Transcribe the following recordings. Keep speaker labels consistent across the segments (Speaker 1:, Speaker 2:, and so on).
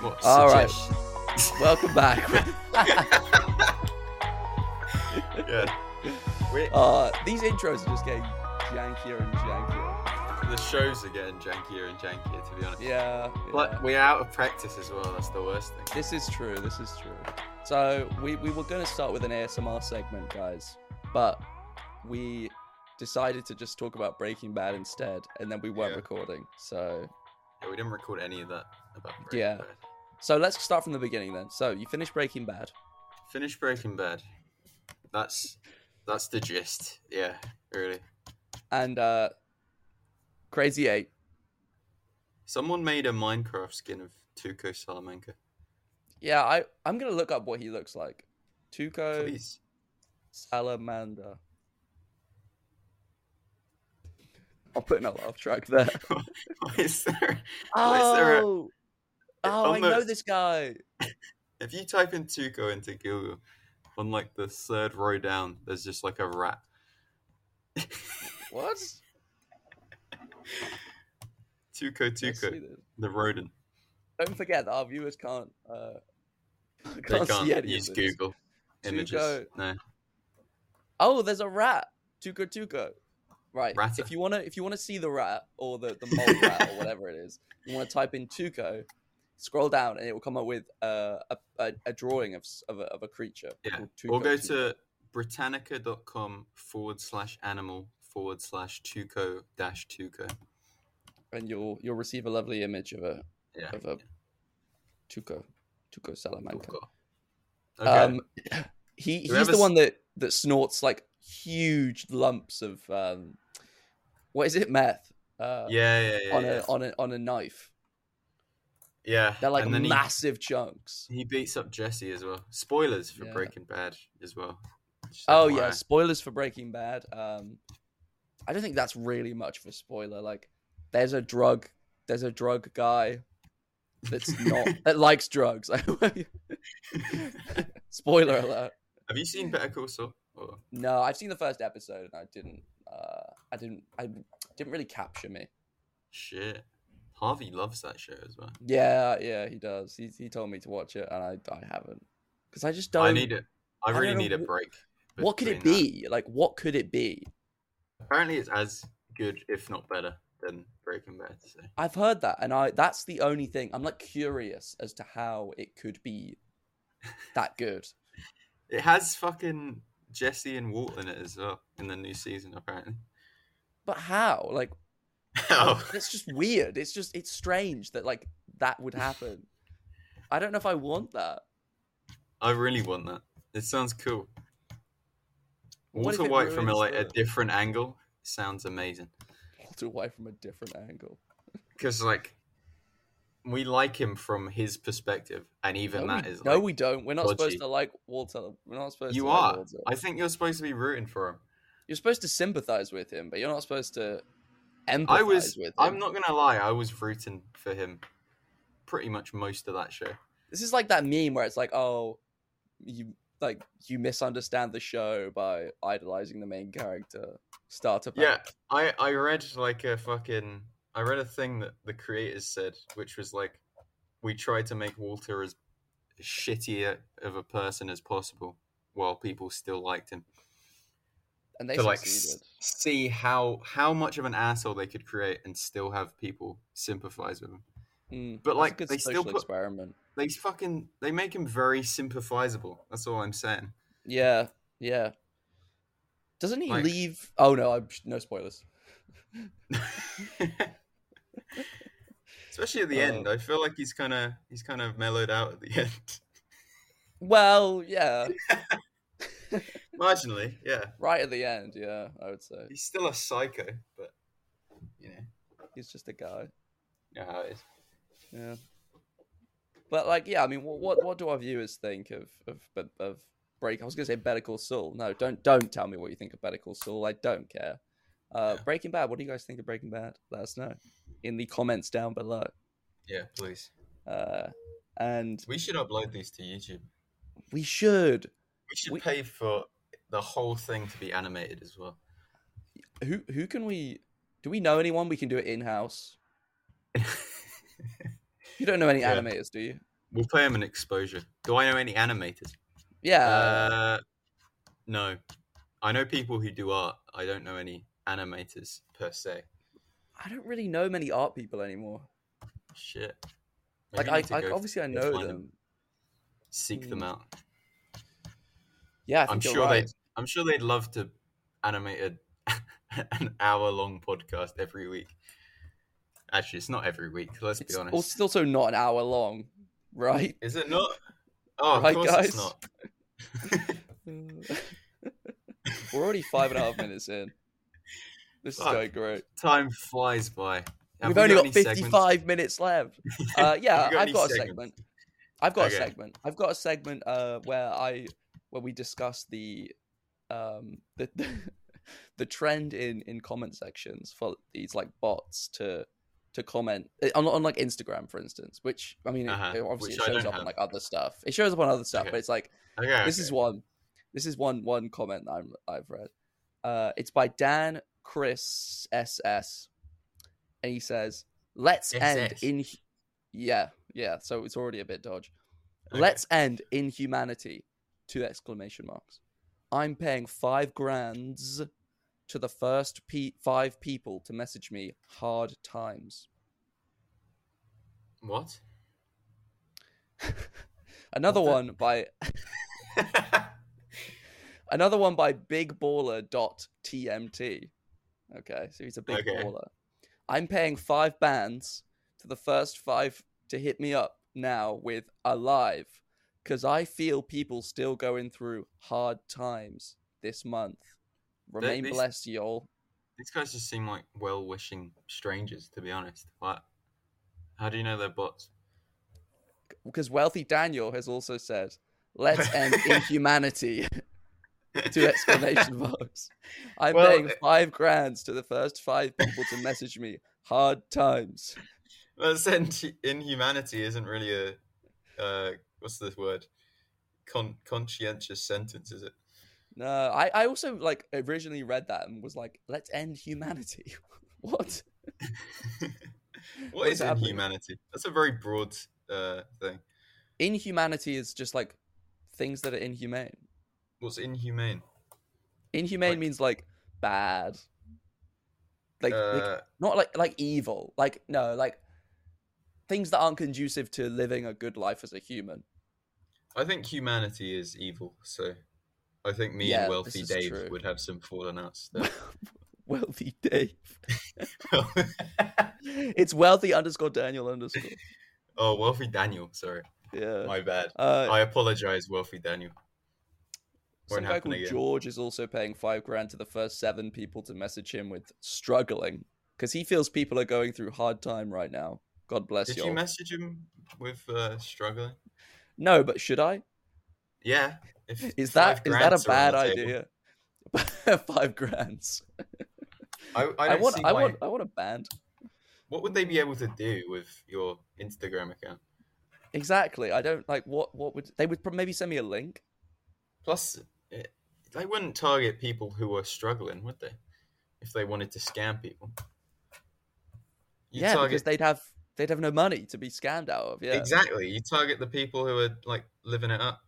Speaker 1: What
Speaker 2: All right.
Speaker 1: suggestion?
Speaker 2: Welcome back.
Speaker 1: Good. We-
Speaker 2: Uh, these intros are just getting jankier and jankier.
Speaker 1: the shows are getting jankier and jankier, to be honest.
Speaker 2: Yeah. yeah.
Speaker 1: But we're out of practice as well. That's the worst thing.
Speaker 2: This is true. This is true. So we, we were going to start with an ASMR segment, guys, but we decided to just talk about Breaking Bad instead, and then we weren't
Speaker 1: Yeah.
Speaker 2: recording. So
Speaker 1: Yeah, we didn't record any of that about Breaking
Speaker 2: Yeah.
Speaker 1: Bad.
Speaker 2: so let's start from the beginning then. So you finished Breaking Bad.
Speaker 1: Finish Breaking Bad. That's that's the gist. Yeah, really.
Speaker 2: and uh Crazy Eight.
Speaker 1: Someone made a Minecraft skin of Tuco Salamanca.
Speaker 2: Yeah, I I'm gonna look up what he looks like. Tuco
Speaker 1: Please.
Speaker 2: Salamander. I'll put another off track there.
Speaker 1: Why is there? Why is there a-
Speaker 2: oh, oh, I
Speaker 1: on the-
Speaker 2: know this guy.
Speaker 1: If you type in Tuco into Google, on like the third row down, there's just like a rat.
Speaker 2: What?
Speaker 1: Tuco
Speaker 2: Let's see
Speaker 1: Tuco,
Speaker 2: this.
Speaker 1: the rodent.
Speaker 2: Don't forget that our viewers can't uh can't,
Speaker 1: They
Speaker 2: see
Speaker 1: can't
Speaker 2: any
Speaker 1: use
Speaker 2: of this.
Speaker 1: Google images.
Speaker 2: Tuco.
Speaker 1: No.
Speaker 2: Oh, there's a rat. Tuco Tuco. Right.
Speaker 1: Rata.
Speaker 2: If you wanna if you wanna see the rat or the, the mole rat or whatever it is, you wanna type in Tuco, scroll down and it will come up with uh, a, a a drawing of s- of a, of a creature.
Speaker 1: Yeah.
Speaker 2: called
Speaker 1: Or
Speaker 2: Tuco
Speaker 1: go
Speaker 2: Tuco.
Speaker 1: to britannica.com forward slash animal forward slash Tuco dash Tuco.
Speaker 2: and you'll you'll receive a lovely image of a
Speaker 1: Yeah.
Speaker 2: of a Tuco Tuco salamander.
Speaker 1: Tuco. Okay.
Speaker 2: Um, he he's the
Speaker 1: Whoever's-
Speaker 2: one that that snorts like huge lumps of um, what is it meth? Uh,
Speaker 1: yeah, yeah, yeah.
Speaker 2: on
Speaker 1: yeah.
Speaker 2: a on a on a knife.
Speaker 1: yeah.
Speaker 2: They're like
Speaker 1: and then he-
Speaker 2: massive chunks.
Speaker 1: He beats up Jesse as well. Spoilers for
Speaker 2: Yeah.
Speaker 1: Breaking Bad as well. Just
Speaker 2: Oh
Speaker 1: FYI.
Speaker 2: yeah, spoilers for Breaking Bad. Um, I don't think that's really much of a spoiler. Like, there's a drug, there's a drug guy that's not that likes drugs. spoiler alert.
Speaker 1: Have you seen Better Call Saul? Oh, Or-
Speaker 2: No, I've seen the first episode and I didn't. Uh, I didn't. I didn't really capture me.
Speaker 1: shit. Harvey loves that show as well.
Speaker 2: Yeah, yeah, he does. He he told me to watch it and I I haven't because I just don't.
Speaker 1: I need it. I
Speaker 2: I
Speaker 1: really
Speaker 2: don't know
Speaker 1: need a
Speaker 2: wh-
Speaker 1: break.
Speaker 2: What could it
Speaker 1: between that.
Speaker 2: be? Like, what could it be?
Speaker 1: Apparently, it's as good, if not better, than Breaking Bad. So.
Speaker 2: I've heard that, and I that's the only thing I'm like curious as to how it could be that good.
Speaker 1: It has fucking Jesse and Walt in it as well in the new season, apparently.
Speaker 2: But how? Like
Speaker 1: Oh,
Speaker 2: it's just weird. It's just it's strange that like that would happen. I don't know if I want that.
Speaker 1: I really want that. It sounds cool.
Speaker 2: What if
Speaker 1: Walter
Speaker 2: it
Speaker 1: White from a,
Speaker 2: ruins
Speaker 1: like a
Speaker 2: the-
Speaker 1: different angle sounds amazing.
Speaker 2: Walter White from a different angle.
Speaker 1: because like we like him from his perspective, and even
Speaker 2: no,
Speaker 1: that
Speaker 2: we,
Speaker 1: is
Speaker 2: no
Speaker 1: like,
Speaker 2: we don't. We're not supposed
Speaker 1: dodgy.
Speaker 2: to like Walter. We're not supposed
Speaker 1: you
Speaker 2: to like
Speaker 1: are.
Speaker 2: Walter.
Speaker 1: I think you're supposed to be rooting for him.
Speaker 2: You're supposed to sympathize with him, but you're not supposed to empathize
Speaker 1: I was.
Speaker 2: with him.
Speaker 1: I'm not gonna lie. I was rooting for him pretty much most of that show.
Speaker 2: This is like that meme where it's like, oh, you like you misunderstand the show by idolizing the main character. Starter pack.
Speaker 1: Yeah, I I read like a fucking I read a thing that the creators said, which was like, we tried to make Walter as shitty of a person as possible, while people still liked him.
Speaker 2: and they
Speaker 1: to like
Speaker 2: succeeded.
Speaker 1: s- see how how much of an asshole they could create and still have people sympathize with him.
Speaker 2: Mm,
Speaker 1: but,
Speaker 2: that's a
Speaker 1: like,
Speaker 2: good
Speaker 1: they still
Speaker 2: social
Speaker 1: put-
Speaker 2: experiment.
Speaker 1: They fucking they make him very sympathizable. That's all I'm saying.
Speaker 2: Yeah, yeah. Doesn't he
Speaker 1: Like-
Speaker 2: leave? Oh no, I'm no spoilers.
Speaker 1: Especially at the end,
Speaker 2: Uh,
Speaker 1: I feel like he's kind of he's kind of mellowed out at the end,
Speaker 2: Well, yeah,
Speaker 1: marginally. Yeah,
Speaker 2: right at the end. Yeah, I would say
Speaker 1: he's still a psycho, but you know,
Speaker 2: he's just a guy.
Speaker 1: you know how it is.
Speaker 2: Yeah. But like, yeah, I mean, what what, what do our viewers think of of of- of break? I was gonna say Better Call Saul. No, don't don't tell me what you think of Better Call Saul. I don't care. Uh,
Speaker 1: Yeah.
Speaker 2: Breaking Bad. What do you guys think of Breaking Bad? Let us know in the comments down below.
Speaker 1: Yeah, please.
Speaker 2: Uh, and
Speaker 1: We should upload these to YouTube.
Speaker 2: we should.
Speaker 1: We should
Speaker 2: We-
Speaker 1: pay for the whole thing to be animated as well.
Speaker 2: Who who can we? Do we know anyone we can do it in house? You don't know any
Speaker 1: Yeah.
Speaker 2: animators, do you?
Speaker 1: We'll pay him an exposure. Do I know any animators?
Speaker 2: Yeah.
Speaker 1: Uh, no. I know people who do art. I don't know any animators per se.
Speaker 2: I don't really know many art people anymore.
Speaker 1: Shit. Maybe
Speaker 2: Like
Speaker 1: you
Speaker 2: I,
Speaker 1: need to
Speaker 2: I
Speaker 1: go
Speaker 2: obviously I
Speaker 1: go
Speaker 2: know
Speaker 1: find
Speaker 2: them.
Speaker 1: seek them
Speaker 2: Hmm.
Speaker 1: out.
Speaker 2: Yeah, I
Speaker 1: I'm
Speaker 2: think you're
Speaker 1: sure
Speaker 2: right.
Speaker 1: they I'm sure they'd love to animate a, an hour long podcast every week. Actually, it's not every week. Let's
Speaker 2: It's
Speaker 1: be
Speaker 2: al-
Speaker 1: honest.
Speaker 2: it's also not an hour long, right?
Speaker 1: Is it not? Oh,
Speaker 2: Right,
Speaker 1: of course
Speaker 2: guys?
Speaker 1: it's not.
Speaker 2: We're already five and a half minutes in. This is
Speaker 1: Fuck.
Speaker 2: going great.
Speaker 1: Time flies by. Have
Speaker 2: We've
Speaker 1: we
Speaker 2: only got,
Speaker 1: any segments?
Speaker 2: 55 minutes left. Uh, yeah,
Speaker 1: Have we got
Speaker 2: I've
Speaker 1: any
Speaker 2: got a
Speaker 1: segments?
Speaker 2: segment. I've got
Speaker 1: Okay.
Speaker 2: a segment. I've got a segment uh, where I where we discuss the um, the the trend in in comment sections for these like bots to to comment uh, on, on like Instagram, for instance. Which I mean, it-
Speaker 1: Uh-huh,
Speaker 2: it, obviously
Speaker 1: which I
Speaker 2: it shows
Speaker 1: don't
Speaker 2: up on
Speaker 1: have.
Speaker 2: like other stuff. It shows up on other stuff,
Speaker 1: Okay.
Speaker 2: but it's like
Speaker 1: Okay,
Speaker 2: this
Speaker 1: okay.
Speaker 2: is one this is one one comment that I'm, i've read uh it's by dan chris ss and he says let's end
Speaker 1: SS.
Speaker 2: in yeah yeah so it's already a bit dodge
Speaker 1: Okay.
Speaker 2: let's end in humanity two exclamation marks i'm paying five grands to the first pe- five people to message me hard times
Speaker 1: what?
Speaker 2: another
Speaker 1: What
Speaker 2: one by Another one by Big Baller dot TMT. Okay, so he's a big
Speaker 1: Okay.
Speaker 2: baller. I'm paying five bands to the first five to hit me up now with Alive, because I feel people still going through hard times this month. Remain
Speaker 1: these-
Speaker 2: blessed, y'all.
Speaker 1: These guys just seem like well-wishing strangers, to be honest. What? How do you know they're bots?
Speaker 2: Because Wealthy Daniel has also said, let's end inhumanity. Two exclamation marks. I'm
Speaker 1: Well, eh
Speaker 2: paying
Speaker 1: it-
Speaker 2: five grands to the first five people to message me. Hard times.
Speaker 1: Well, sent inhumanity isn't really a uh, what's this word? Con- conscientious sentence, is it?
Speaker 2: No, I, I also like originally read that and was like, let's end humanity. what?
Speaker 1: what is
Speaker 2: What's happening?
Speaker 1: inhumanity? That's a very broad uh, thing.
Speaker 2: Inhumanity is just like things that are inhumane.
Speaker 1: What's inhumane?
Speaker 2: Inhumane
Speaker 1: Like-
Speaker 2: means like bad. Like, like,
Speaker 1: Uh,
Speaker 2: not like like evil. Like no, like things that aren't conducive to living a good life as a human.
Speaker 1: I think humanity is evil, so I think me
Speaker 2: Yeah,
Speaker 1: and wealthy
Speaker 2: this is
Speaker 1: Dave
Speaker 2: true.
Speaker 1: would have some fallen outs there.
Speaker 2: Wealthy Dave. it's wealthy underscore Daniel underscore.
Speaker 1: oh, wealthy Daniel, sorry,
Speaker 2: Yeah.
Speaker 1: my bad.
Speaker 2: Uh,
Speaker 1: I apologize, wealthy Daniel.
Speaker 2: Some
Speaker 1: Won't
Speaker 2: guy
Speaker 1: happen
Speaker 2: called
Speaker 1: again.
Speaker 2: George is also paying five grand to the first seven people to message him with struggling because he feels people are going through hard time right now. God bless
Speaker 1: Did
Speaker 2: you.
Speaker 1: you
Speaker 2: all
Speaker 1: message him with uh, struggling?
Speaker 2: no, but should I?
Speaker 1: Yeah. If
Speaker 2: Is
Speaker 1: five
Speaker 2: that is that a
Speaker 1: grands are on
Speaker 2: bad
Speaker 1: the table.
Speaker 2: idea? five grands.
Speaker 1: I, I,
Speaker 2: I,
Speaker 1: don't
Speaker 2: want
Speaker 1: see
Speaker 2: I
Speaker 1: why-
Speaker 2: want I want a band.
Speaker 1: What would they be able to do with your Instagram account?
Speaker 2: Exactly. I don't like what what would they would prob- maybe send me a link.
Speaker 1: Plus, it, they wouldn't target people who are struggling, would they? If they wanted to scam people. You
Speaker 2: yeah,
Speaker 1: target
Speaker 2: because they'd have they'd have no money to be scammed out of. Yeah.
Speaker 1: exactly. You target the people who are like living it up.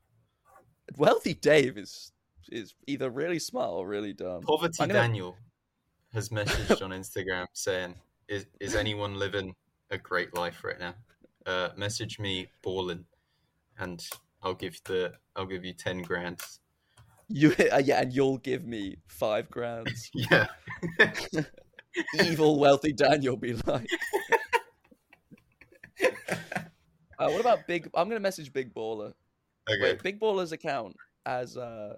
Speaker 2: Wealthy Dave is is either really smart or really dumb.
Speaker 1: Poverty
Speaker 2: I'm gonna-
Speaker 1: Daniel has messaged on Instagram saying, "Is is anyone living a great life right now? Uh, message me ballin, and I'll give the I'll give you ten grand."
Speaker 2: You uh, yeah, and you'll give me five grands.
Speaker 1: Yeah,
Speaker 2: evil wealthy Daniel be like? uh, what about big? I'm gonna message Big Baller.
Speaker 1: okay.
Speaker 2: Wait, Big Baller's account as uh,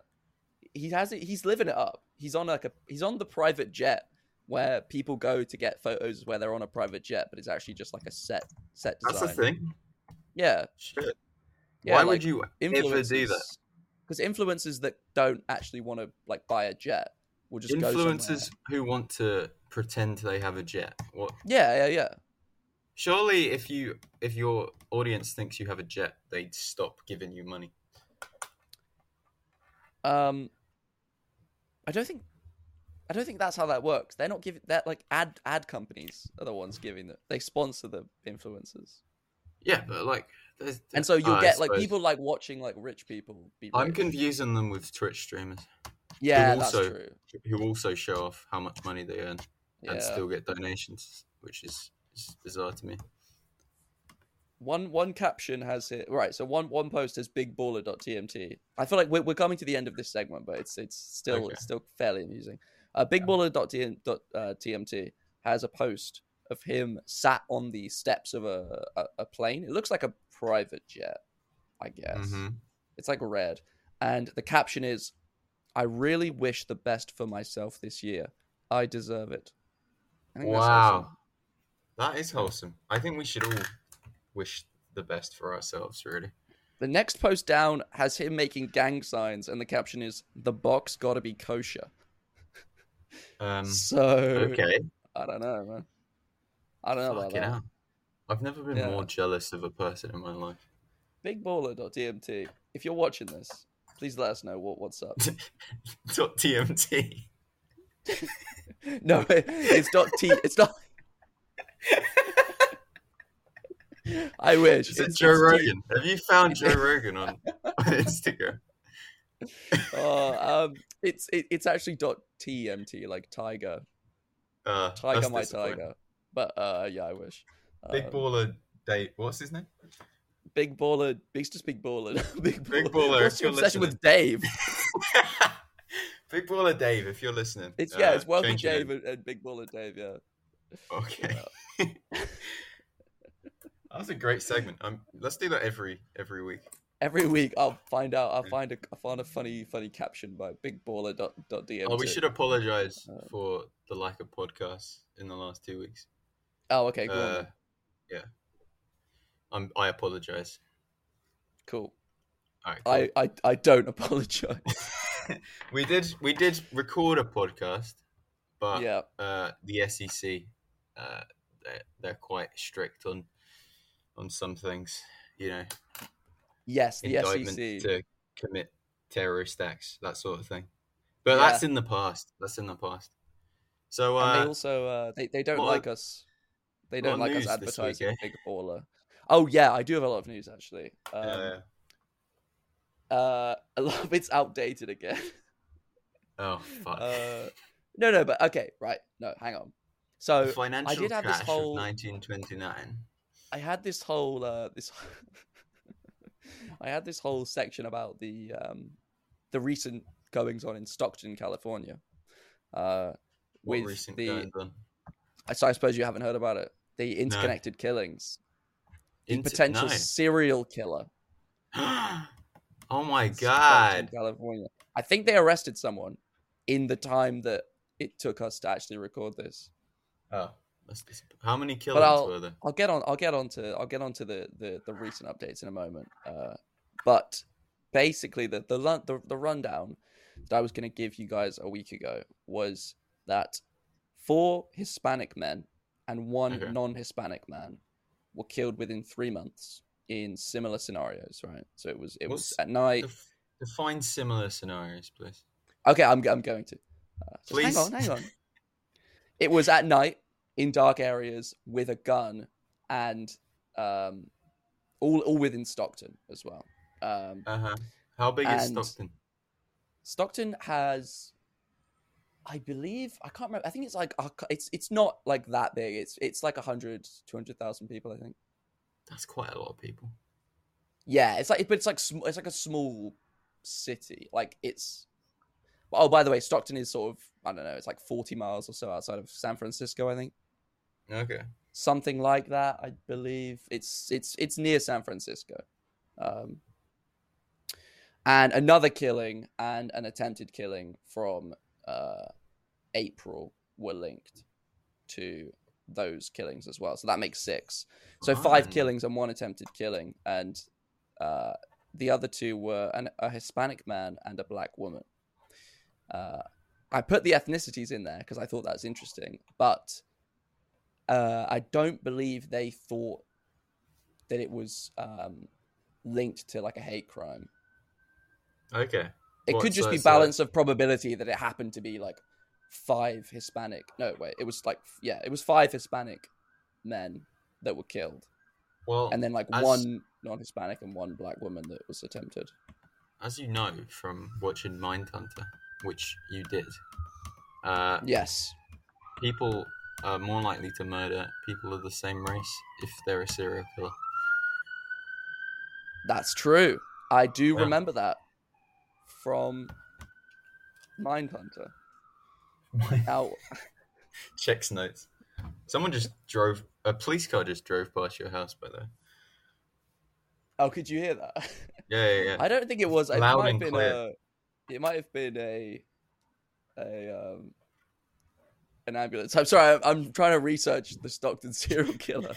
Speaker 2: he has it. He's living it up. He's on like a he's on the private jet where people go to get photos where they're on a private jet, but it's actually just like a set set
Speaker 1: That's
Speaker 2: design.
Speaker 1: the thing.
Speaker 2: Yeah,
Speaker 1: Shit.
Speaker 2: yeah.
Speaker 1: Why would you ever do that?
Speaker 2: Because influencers that don't actually want to like buy a jet will just go somewhere.
Speaker 1: Influencers who want to pretend they have a jet. What?
Speaker 2: Yeah, yeah, yeah.
Speaker 1: Surely, if you if your audience thinks you have a jet, they'd stop giving you money.
Speaker 2: Um, I don't think, I don't think that's how that works. They're not giving that like ad ad companies are the ones giving them. They sponsor the influencers.
Speaker 1: Yeah, but like, there's,
Speaker 2: And so you'll
Speaker 1: Ah, I
Speaker 2: get like
Speaker 1: suppose.
Speaker 2: people like watching like rich people be
Speaker 1: I'm
Speaker 2: rich.
Speaker 1: confusing them with Twitch streamers
Speaker 2: Yeah,
Speaker 1: who
Speaker 2: that's
Speaker 1: also-
Speaker 2: true.
Speaker 1: who also show off how much money they earn
Speaker 2: Yeah.
Speaker 1: and still get donations, which is, is bizarre to me.
Speaker 2: One one caption has it right. So one one post is bigballer.tmt. I feel like we're, we're coming to the end of this segment, but it's it's still
Speaker 1: Okay.
Speaker 2: it's still fairly amusing. Uh, bigballer.tmt has a post of him sat on the steps of a a, a plane. It looks like a private jet, I guess.
Speaker 1: Mhm.
Speaker 2: It's like red, and the caption is, "I really wish the best for myself this year. I deserve it." I think that's awesome.
Speaker 1: Wow, that is wholesome. I think we should all wish the best for ourselves, really.
Speaker 2: The next post down has him making gang signs, and the caption is "The box gotta be kosher."
Speaker 1: Um,
Speaker 2: so
Speaker 1: okay,
Speaker 2: I don't know, man. I don't know about
Speaker 1: fucking
Speaker 2: that.
Speaker 1: hell. I've never been
Speaker 2: Yeah.
Speaker 1: more jealous of a person in my life.
Speaker 2: Bigballer.dmt. If you're watching this, please let us know what what's up.
Speaker 1: Dot TMT.
Speaker 2: no, it- it's not T. It's not. I wish.
Speaker 1: Is it Joe
Speaker 2: it's T.
Speaker 1: Rogan? Have you found Joe Rogan on, on Instagram?
Speaker 2: Oh, um, it's it, it's actually dot .tmt like tiger,
Speaker 1: Uh,
Speaker 2: tiger
Speaker 1: that's
Speaker 2: my
Speaker 1: disappointing.
Speaker 2: tiger. But uh, yeah, I wish.
Speaker 1: Big
Speaker 2: Um,
Speaker 1: baller date. What's his name?
Speaker 2: Big baller. Big just big baller. big baller.
Speaker 1: Big baller,
Speaker 2: What's
Speaker 1: if
Speaker 2: your
Speaker 1: you're
Speaker 2: obsession with Dave?
Speaker 1: Big baller Dave. If you're listening,
Speaker 2: It's yeah.
Speaker 1: uh,
Speaker 2: It's wealthy
Speaker 1: change your
Speaker 2: Dave
Speaker 1: name.
Speaker 2: and, and big baller Dave. Yeah.
Speaker 1: Okay,
Speaker 2: Yeah.
Speaker 1: that was a great segment. Um, let's do that every every week.
Speaker 2: Every week I'll find out. I'll find a. I'll find a funny funny caption by big baller dot dot dm.
Speaker 1: Oh, we should apologize
Speaker 2: Uh,
Speaker 1: for the lack of podcasts in the last two weeks.
Speaker 2: Oh, okay. Cool.
Speaker 1: Uh, yeah, I'm. I apologize.
Speaker 2: cool.
Speaker 1: All right, cool.
Speaker 2: I, I I don't apologize.
Speaker 1: we did we did record a podcast, but
Speaker 2: yeah.
Speaker 1: uh, the SEC uh, they're, they're quite strict on on some things. You know,
Speaker 2: Yes. The E
Speaker 1: indictment
Speaker 2: SEC.
Speaker 1: to commit terrorist acts, that sort of thing. But
Speaker 2: Yeah.
Speaker 1: that's in the past. That's in the past. So
Speaker 2: and
Speaker 1: uh,
Speaker 2: they also uh, they they don't
Speaker 1: lot of-
Speaker 2: like us. They don't
Speaker 1: of
Speaker 2: like us
Speaker 1: news this week,
Speaker 2: advertising
Speaker 1: eh?
Speaker 2: big baller. Oh yeah, I do have a lot of news actually. Um,
Speaker 1: uh,
Speaker 2: uh, a lot of it's outdated again.
Speaker 1: oh fuck.
Speaker 2: Uh, no, no, but okay, right. No, hang on.
Speaker 1: The
Speaker 2: So
Speaker 1: financial
Speaker 2: have this
Speaker 1: crash
Speaker 2: whole-
Speaker 1: of 1929.
Speaker 2: I had this whole uh, this I had this whole section about the um, the recent goings on in Stockton, California. Uh,
Speaker 1: What
Speaker 2: with
Speaker 1: recent
Speaker 2: the
Speaker 1: goings on?
Speaker 2: so I suppose you haven't heard about it. The interconnected killings, the
Speaker 1: Inter-
Speaker 2: potential
Speaker 1: no.
Speaker 2: serial killer.
Speaker 1: oh my
Speaker 2: in Stockton,
Speaker 1: god.
Speaker 2: California. I think they arrested someone in the time that it took us to actually record this.
Speaker 1: Oh, that's dis- how many
Speaker 2: I'll-
Speaker 1: killings were there?
Speaker 2: I'll get on. I'll get on to. I'll get on to the, the, the recent updates in a moment. Uh, but basically, the the, lun- the the rundown that I was going to give you guys a week ago was that four Hispanic men and one
Speaker 1: Okay.
Speaker 2: non-Hispanic man were killed within three months in similar scenarios. Right. So it was it was
Speaker 1: What's
Speaker 2: at night.
Speaker 1: Def- define similar scenarios, please.
Speaker 2: Okay, I'm I'm going to. Uh, just
Speaker 1: Please.
Speaker 2: hang on, hang on. it was at night in dark areas with a gun, and um, all all within Stockton as well. Um,
Speaker 1: Uh huh. How big is
Speaker 2: And-
Speaker 1: Stockton?
Speaker 2: Stockton has, I believe, I can't remember. I think it's like a cu- it's it's not like that big. It's it's like 100, 200,000 people. I think.
Speaker 1: That's quite a lot of people.
Speaker 2: Yeah, it's like but it's like sm- it's like a small city. Like it's oh by the way, Stockton is sort of I don't know. It's like forty miles or so outside of San Francisco. I think.
Speaker 1: Okay.
Speaker 2: something like that i believe it's it's it's near san francisco um and another killing and an attempted killing from uh april were linked to those killings as well so that makes six so five
Speaker 1: Fine.
Speaker 2: killings and one attempted killing and uh the other two were an, a hispanic man and a black woman uh i put the ethnicities in there because i thought that's interesting but uh, I don't believe they thought that it was um, linked to like a hate crime.
Speaker 1: Okay.
Speaker 2: It
Speaker 1: What,
Speaker 2: could just
Speaker 1: so
Speaker 2: be
Speaker 1: it's uh, like-
Speaker 2: balance of probability that it happened to be like five Hispanic. No, wait, it was like yeah, it was five Hispanic men that were killed,
Speaker 1: Well,
Speaker 2: and then like
Speaker 1: as-
Speaker 2: one non-Hispanic and one black woman that was attempted.
Speaker 1: as you know from watching Mindhunter, which you did, uh,
Speaker 2: Yes,
Speaker 1: people are more likely to murder people of the same race if they're a serial killer.
Speaker 2: that's true. I do
Speaker 1: Yeah.
Speaker 2: remember that from Mindhunter. Now,
Speaker 1: Checks notes. Someone just drove. A police car just drove past your house, by the way.
Speaker 2: oh, could you hear that?
Speaker 1: Yeah, yeah, yeah.
Speaker 2: I don't think it was. It
Speaker 1: Loud
Speaker 2: might have
Speaker 1: and
Speaker 2: been
Speaker 1: clear.
Speaker 2: a. It might have been a, a um, an ambulance. I'm sorry. I'm, I'm trying to research the Stockton serial killer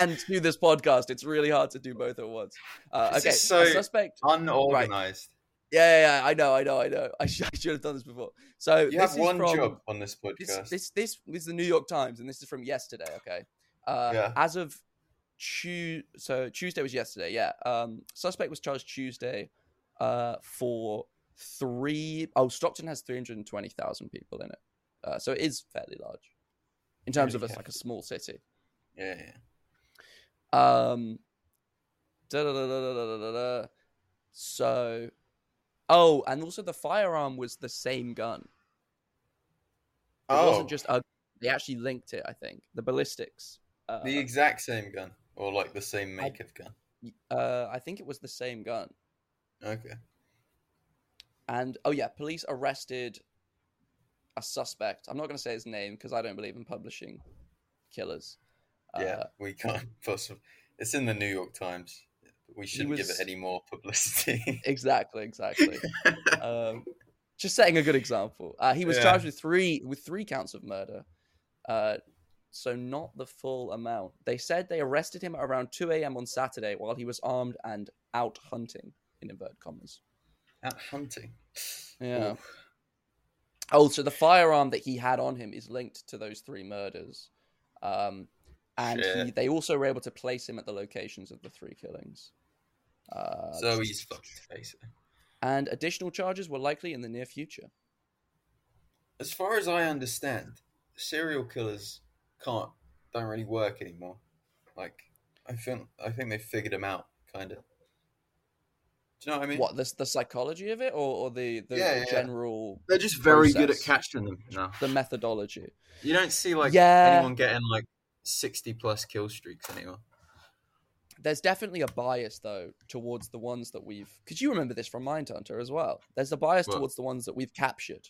Speaker 2: and do this podcast. It's really hard to do both at once. Uh,
Speaker 1: This
Speaker 2: okay,
Speaker 1: is
Speaker 2: a
Speaker 1: so-
Speaker 2: suspect.
Speaker 1: Unorganized.
Speaker 2: Yeah, yeah, yeah, I know, I know, I know. I should, I should have done this before. So
Speaker 1: You
Speaker 2: this
Speaker 1: have
Speaker 2: is
Speaker 1: one
Speaker 2: from,
Speaker 1: job on this podcast.
Speaker 2: This, this, this is the New York Times, and this is from yesterday. Okay, uh,
Speaker 1: Yeah.
Speaker 2: as of Tuesday, so Tuesday was yesterday. Yeah, um, suspect was charged Tuesday uh, for three oh Stockton has three hundred and twenty thousand people in it, uh, so it is fairly large in terms of
Speaker 1: Really
Speaker 2: it's like a small city.
Speaker 1: Yeah, yeah.
Speaker 2: Um, da, da, da, da, da, da, da, da. So, oh, and also the firearm was the same gun. It
Speaker 1: Oh,
Speaker 2: wasn't just a. They actually linked it. I think the ballistics. Uh,
Speaker 1: the exact same gun, or like the same make of gun.
Speaker 2: uh, I think it was the same gun.
Speaker 1: Okay.
Speaker 2: And oh yeah, police arrested a suspect. I'm not going to say his name because I don't believe in publishing killers. Uh,
Speaker 1: Yeah, we can't possibly. It's in the New York Times. We shouldn't give
Speaker 2: was-
Speaker 1: it any more publicity.
Speaker 2: Exactly, exactly. um, just setting a good example. Uh, he was
Speaker 1: Yeah.
Speaker 2: charged with three with three counts of murder, uh, so not the full amount. They said they arrested him at around two a.m. on Saturday while he was armed and out hunting in inverted commas.
Speaker 1: Out hunting.
Speaker 2: Yeah.
Speaker 1: Oof.
Speaker 2: Oh, so the firearm that he had on him is linked to those three murders, um, and he,
Speaker 1: Shit.
Speaker 2: they also were able to place him at the locations of the three killings. Uh,
Speaker 1: so he's fucked, basically.
Speaker 2: and additional charges were likely in the near future.
Speaker 1: As far as I understand, serial killers can't don't really work anymore. Like, I think I think they figured them out, kind of. Do you know what I mean?
Speaker 2: what the the psychology of it or, or the the
Speaker 1: Yeah, yeah, yeah.
Speaker 2: general
Speaker 1: They're just
Speaker 2: very good at Process.
Speaker 1: catching them now.
Speaker 2: the methodology
Speaker 1: You don't see like
Speaker 2: Yeah.
Speaker 1: anyone getting like sixty plus kill streaks anymore.
Speaker 2: there's definitely a bias though towards the ones that we've because you remember this from mindhunter as well there's a bias
Speaker 1: Well-
Speaker 2: towards the ones that we've captured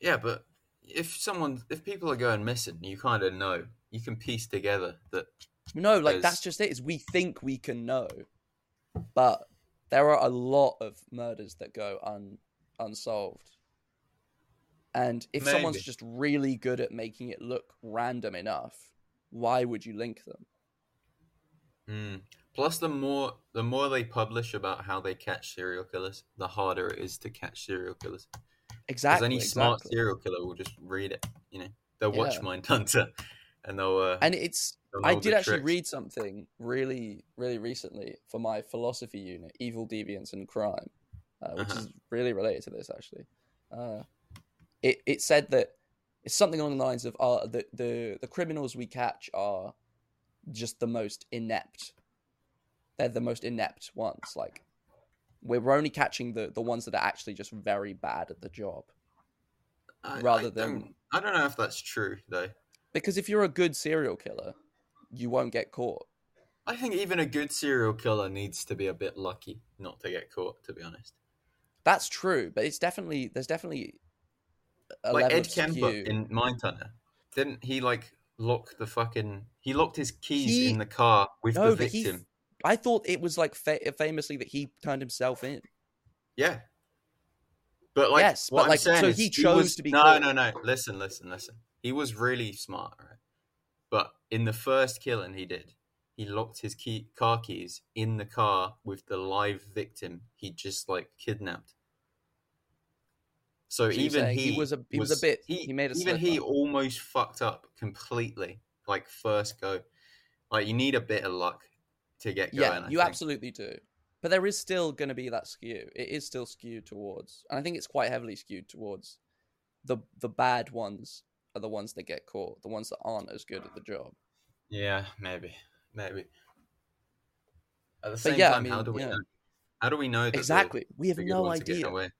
Speaker 1: Yeah, but if someone, if people are going missing, you kind of know. You can piece together that.
Speaker 2: no like that's
Speaker 1: There's-
Speaker 2: just it is we think we can know but there are a lot of murders that go un unsolved and if someone's
Speaker 1: Maybe.
Speaker 2: just really good at making it look random enough why would you link them
Speaker 1: Mm. Plus, the more the more they publish about how they catch serial killers, the harder it is to catch serial killers. Because
Speaker 2: exactly
Speaker 1: any smart
Speaker 2: exactly.
Speaker 1: serial killer will just read it. You know, they'll watch
Speaker 2: Yeah.
Speaker 1: Mindhunter, and they'll. Uh,
Speaker 2: and it's
Speaker 1: they'll
Speaker 2: I
Speaker 1: know
Speaker 2: did
Speaker 1: the
Speaker 2: actually
Speaker 1: tricks.
Speaker 2: read something really, really recently for my philosophy unit, Evil Deviance and Crime, uh, which
Speaker 1: Uh-huh.
Speaker 2: is really related to this actually. Uh, it it said that it's something along the lines of uh, the, the the criminals we catch are just the most inept. They're the most inept ones. Like we're only catching the the ones that are actually just very bad at the job.
Speaker 1: I-
Speaker 2: rather
Speaker 1: I
Speaker 2: than-
Speaker 1: don't- I don't know if that's true though.
Speaker 2: Because if you're a good serial killer, you won't get caught.
Speaker 1: I think even a good serial killer needs to be a bit lucky not to get caught. To be honest.
Speaker 2: That's true, but it's definitely there's definitely a
Speaker 1: like
Speaker 2: level
Speaker 1: Ed
Speaker 2: of
Speaker 1: Kemper
Speaker 2: skew.
Speaker 1: in Mindhunter, didn't he like lock the fucking? He locked his keys
Speaker 2: He-
Speaker 1: in the car with
Speaker 2: No,
Speaker 1: the
Speaker 2: but he-
Speaker 1: victim.
Speaker 2: I thought it was like fa- famously that he turned himself in.
Speaker 1: Yeah, but like,
Speaker 2: Yes,
Speaker 1: what
Speaker 2: but,
Speaker 1: I'm
Speaker 2: like,
Speaker 1: saying
Speaker 2: so
Speaker 1: is
Speaker 2: he
Speaker 1: was,
Speaker 2: chose to be
Speaker 1: No,
Speaker 2: caught.
Speaker 1: no, no. Listen, listen, listen. He was really smart, right? But in the first killing he did, he locked his key car keys in the car with the live victim he just like kidnapped. So
Speaker 2: So you're
Speaker 1: even
Speaker 2: saying
Speaker 1: he,
Speaker 2: he was a- he was a bit- he made a
Speaker 1: even
Speaker 2: slip
Speaker 1: he
Speaker 2: up.
Speaker 1: almost fucked up completely like first go. Like you need a bit of luck to get going.
Speaker 2: yeah,
Speaker 1: I
Speaker 2: you
Speaker 1: think.
Speaker 2: absolutely do. But there is still going to be that skew. It is still skewed towards, and I think it's quite heavily skewed towards the the bad ones are the ones that get caught, the ones that aren't as good at the job.
Speaker 1: Yeah, maybe, maybe. At the same
Speaker 2: yeah, I
Speaker 1: time, how
Speaker 2: mean,
Speaker 1: do we
Speaker 2: yeah.
Speaker 1: know? How do we know that the-
Speaker 2: Exactly. We have
Speaker 1: the good
Speaker 2: no
Speaker 1: ones are getting
Speaker 2: idea.
Speaker 1: away?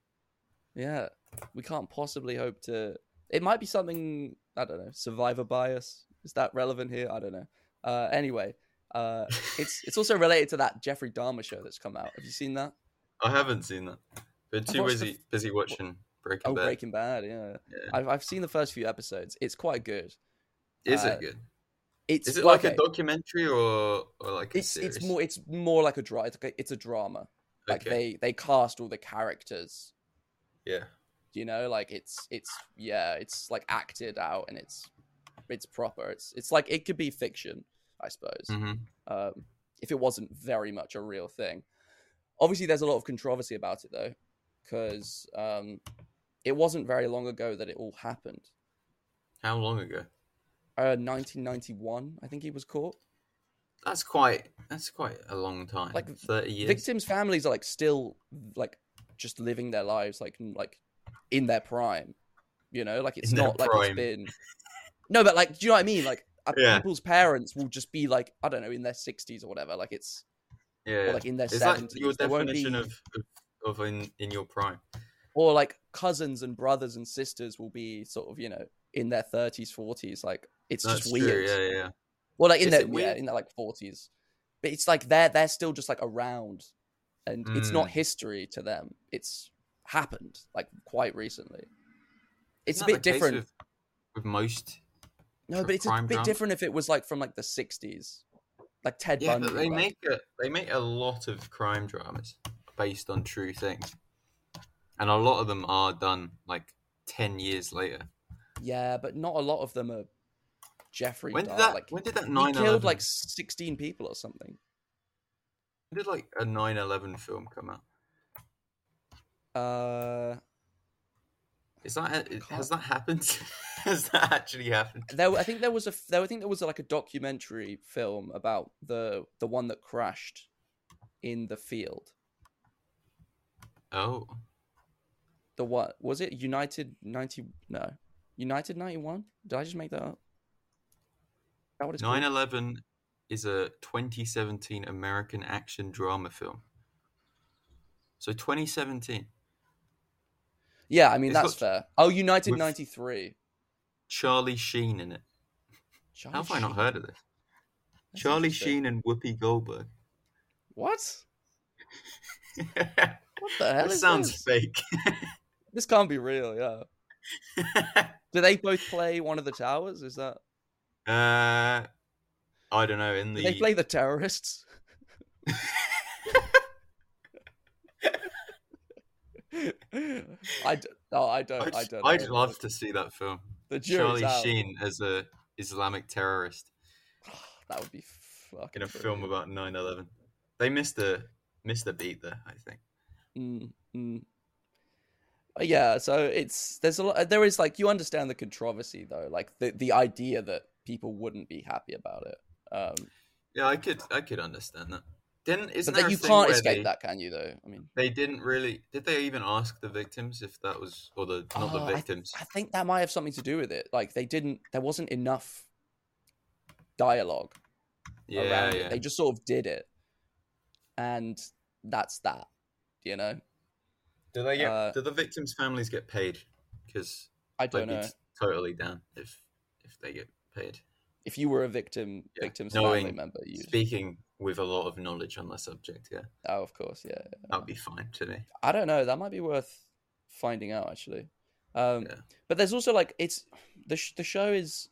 Speaker 2: Yeah. We can't possibly hope to. It might be something, I don't know, survivor bias. Is that relevant here? I don't know. Uh, anyway, uh, it's it's also related to that Jeffrey Dahmer show that's come out. Have you seen that?
Speaker 1: I haven't seen that. Been too
Speaker 2: watched the
Speaker 1: busy busy watching Breaking
Speaker 2: Oh,
Speaker 1: Bad.
Speaker 2: Breaking Bad. Yeah.
Speaker 1: Yeah.
Speaker 2: I've, I've seen the first few episodes. It's quite good.
Speaker 1: Is
Speaker 2: uh,
Speaker 1: it good?
Speaker 2: It's
Speaker 1: Is it
Speaker 2: well,
Speaker 1: like
Speaker 2: okay,
Speaker 1: a documentary or, or like a
Speaker 2: It's
Speaker 1: series?
Speaker 2: it's more it's more like a drama. It's, like a- it's a drama. Like
Speaker 1: okay.
Speaker 2: they they cast all the characters.
Speaker 1: Yeah.
Speaker 2: You know, like it's it's yeah, it's like acted out and it's it's proper. It's it's like it could be fiction, I suppose.
Speaker 1: hmm
Speaker 2: um, if it wasn't very much a real thing. Obviously, there's a lot of controversy about it though, because um, it wasn't very long ago that it all happened.
Speaker 1: How long ago?
Speaker 2: Uh, 1991, I think he was caught.
Speaker 1: That's quite. That's quite a long time.
Speaker 2: Like,
Speaker 1: thirty years.
Speaker 2: Victims' families are like still like just living their lives like n- like in their prime, you know. Like it's
Speaker 1: In their
Speaker 2: not like
Speaker 1: prime.
Speaker 2: it's been. No, but like, do you know what I mean? Like uh,
Speaker 1: Yeah.
Speaker 2: people's parents will just be like, I don't know, in their 60s or whatever. Like it's
Speaker 1: yeah.
Speaker 2: or like in their
Speaker 1: Is
Speaker 2: 70s.
Speaker 1: that your
Speaker 2: They won't
Speaker 1: definition
Speaker 2: be-
Speaker 1: of, of of in in your prime?
Speaker 2: or like cousins and brothers and sisters will be sort of you know in their 30s 40s like it's
Speaker 1: That's
Speaker 2: just
Speaker 1: true.
Speaker 2: weird
Speaker 1: Yeah, yeah.
Speaker 2: well like in
Speaker 1: Is
Speaker 2: their
Speaker 1: it
Speaker 2: yeah,
Speaker 1: weird?
Speaker 2: in their like 40s but it's like they're they're still just like around and it's not
Speaker 1: Mm.
Speaker 2: history to them it's happened like quite recently it's a
Speaker 1: Isn't that
Speaker 2: bit
Speaker 1: the case
Speaker 2: different
Speaker 1: with, with most.
Speaker 2: no
Speaker 1: for
Speaker 2: but it's a
Speaker 1: crime
Speaker 2: bit
Speaker 1: dramas?
Speaker 2: different if it was like from like the 60s like ted
Speaker 1: Yeah,
Speaker 2: bundy
Speaker 1: but they
Speaker 2: like-
Speaker 1: make a, they make a lot of crime dramas based on true things, and a lot of them are done like ten years later.
Speaker 2: yeah but not a lot of them are jeffrey
Speaker 1: When did
Speaker 2: Dahmer,
Speaker 1: that?
Speaker 2: like
Speaker 1: when did that
Speaker 2: he
Speaker 1: nine
Speaker 2: killed
Speaker 1: eleven?
Speaker 2: like 16 people or something
Speaker 1: when did like a nine eleven film come out?
Speaker 2: uh
Speaker 1: Is that uh,
Speaker 2: can't-
Speaker 1: has that happened? has that actually happened?
Speaker 2: there I think there was a f- there I think there was like a documentary film about the the one that crashed in the field.
Speaker 1: Oh,
Speaker 2: The what was it? United 90 no. United 91? Did I just make that up? Is that what it's called?
Speaker 1: 9 11 is a 2017 American action drama film. So 2017,
Speaker 2: Yeah, I mean
Speaker 1: It's
Speaker 2: that's
Speaker 1: got-
Speaker 2: fair. Oh, United
Speaker 1: with-
Speaker 2: 93.
Speaker 1: Charlie Sheen in it.
Speaker 2: Charlie
Speaker 1: How have I not
Speaker 2: Sheen.
Speaker 1: heard of this?
Speaker 2: That's
Speaker 1: Charlie
Speaker 2: interesting.
Speaker 1: Sheen and Whoopi Goldberg.
Speaker 2: What?
Speaker 1: that
Speaker 2: What the hell is
Speaker 1: sounds
Speaker 2: this?
Speaker 1: fake.
Speaker 2: This can't be real, yeah. Do they both play one of the towers? Is that
Speaker 1: uh, I don't know. In
Speaker 2: Do
Speaker 1: the
Speaker 2: they play the terrorists? I d- no, I don't.
Speaker 1: I'd,
Speaker 2: I don't.
Speaker 1: I'd
Speaker 2: know.
Speaker 1: love to see that film.
Speaker 2: the jury's
Speaker 1: Charlie
Speaker 2: out.
Speaker 1: Sheen as a Islamic terrorist.
Speaker 2: That would be
Speaker 1: in
Speaker 2: fucking.
Speaker 1: a film
Speaker 2: brilliant.
Speaker 1: about 9-11 they missed a missed a beat there i think
Speaker 2: Mm, mm. Uh, Yeah, so it's there's a lot. There is like you understand the controversy though, like the the idea that people wouldn't be happy about it. Um,
Speaker 1: yeah i could i could understand that didn't isn't
Speaker 2: but
Speaker 1: there
Speaker 2: that
Speaker 1: a
Speaker 2: you
Speaker 1: thing
Speaker 2: can't
Speaker 1: where
Speaker 2: escape
Speaker 1: they,
Speaker 2: that, can you? Though I mean,
Speaker 1: they didn't really did they even ask the victims if that was or the not
Speaker 2: Oh,
Speaker 1: the
Speaker 2: I-
Speaker 1: victims
Speaker 2: I think that might have something to do with it. Like they didn't, there wasn't enough dialogue
Speaker 1: yeah
Speaker 2: around
Speaker 1: yeah
Speaker 2: it. They just sort of did it, and that's that. You know,
Speaker 1: do they get
Speaker 2: uh,
Speaker 1: do the victims families get paid because
Speaker 2: I
Speaker 1: they'd
Speaker 2: don't
Speaker 1: be
Speaker 2: know
Speaker 1: t- totally down if if they get paid
Speaker 2: if you were a victim,
Speaker 1: Yeah,
Speaker 2: victim's family
Speaker 1: knowing-
Speaker 2: member. You,
Speaker 1: speaking with a lot of knowledge on the subject yeah
Speaker 2: oh, of course, yeah. yeah.
Speaker 1: that'd be fine to me
Speaker 2: I don't know. That might be worth finding out actually. Um,
Speaker 1: Yeah.
Speaker 2: But there's also like it's the sh- the show is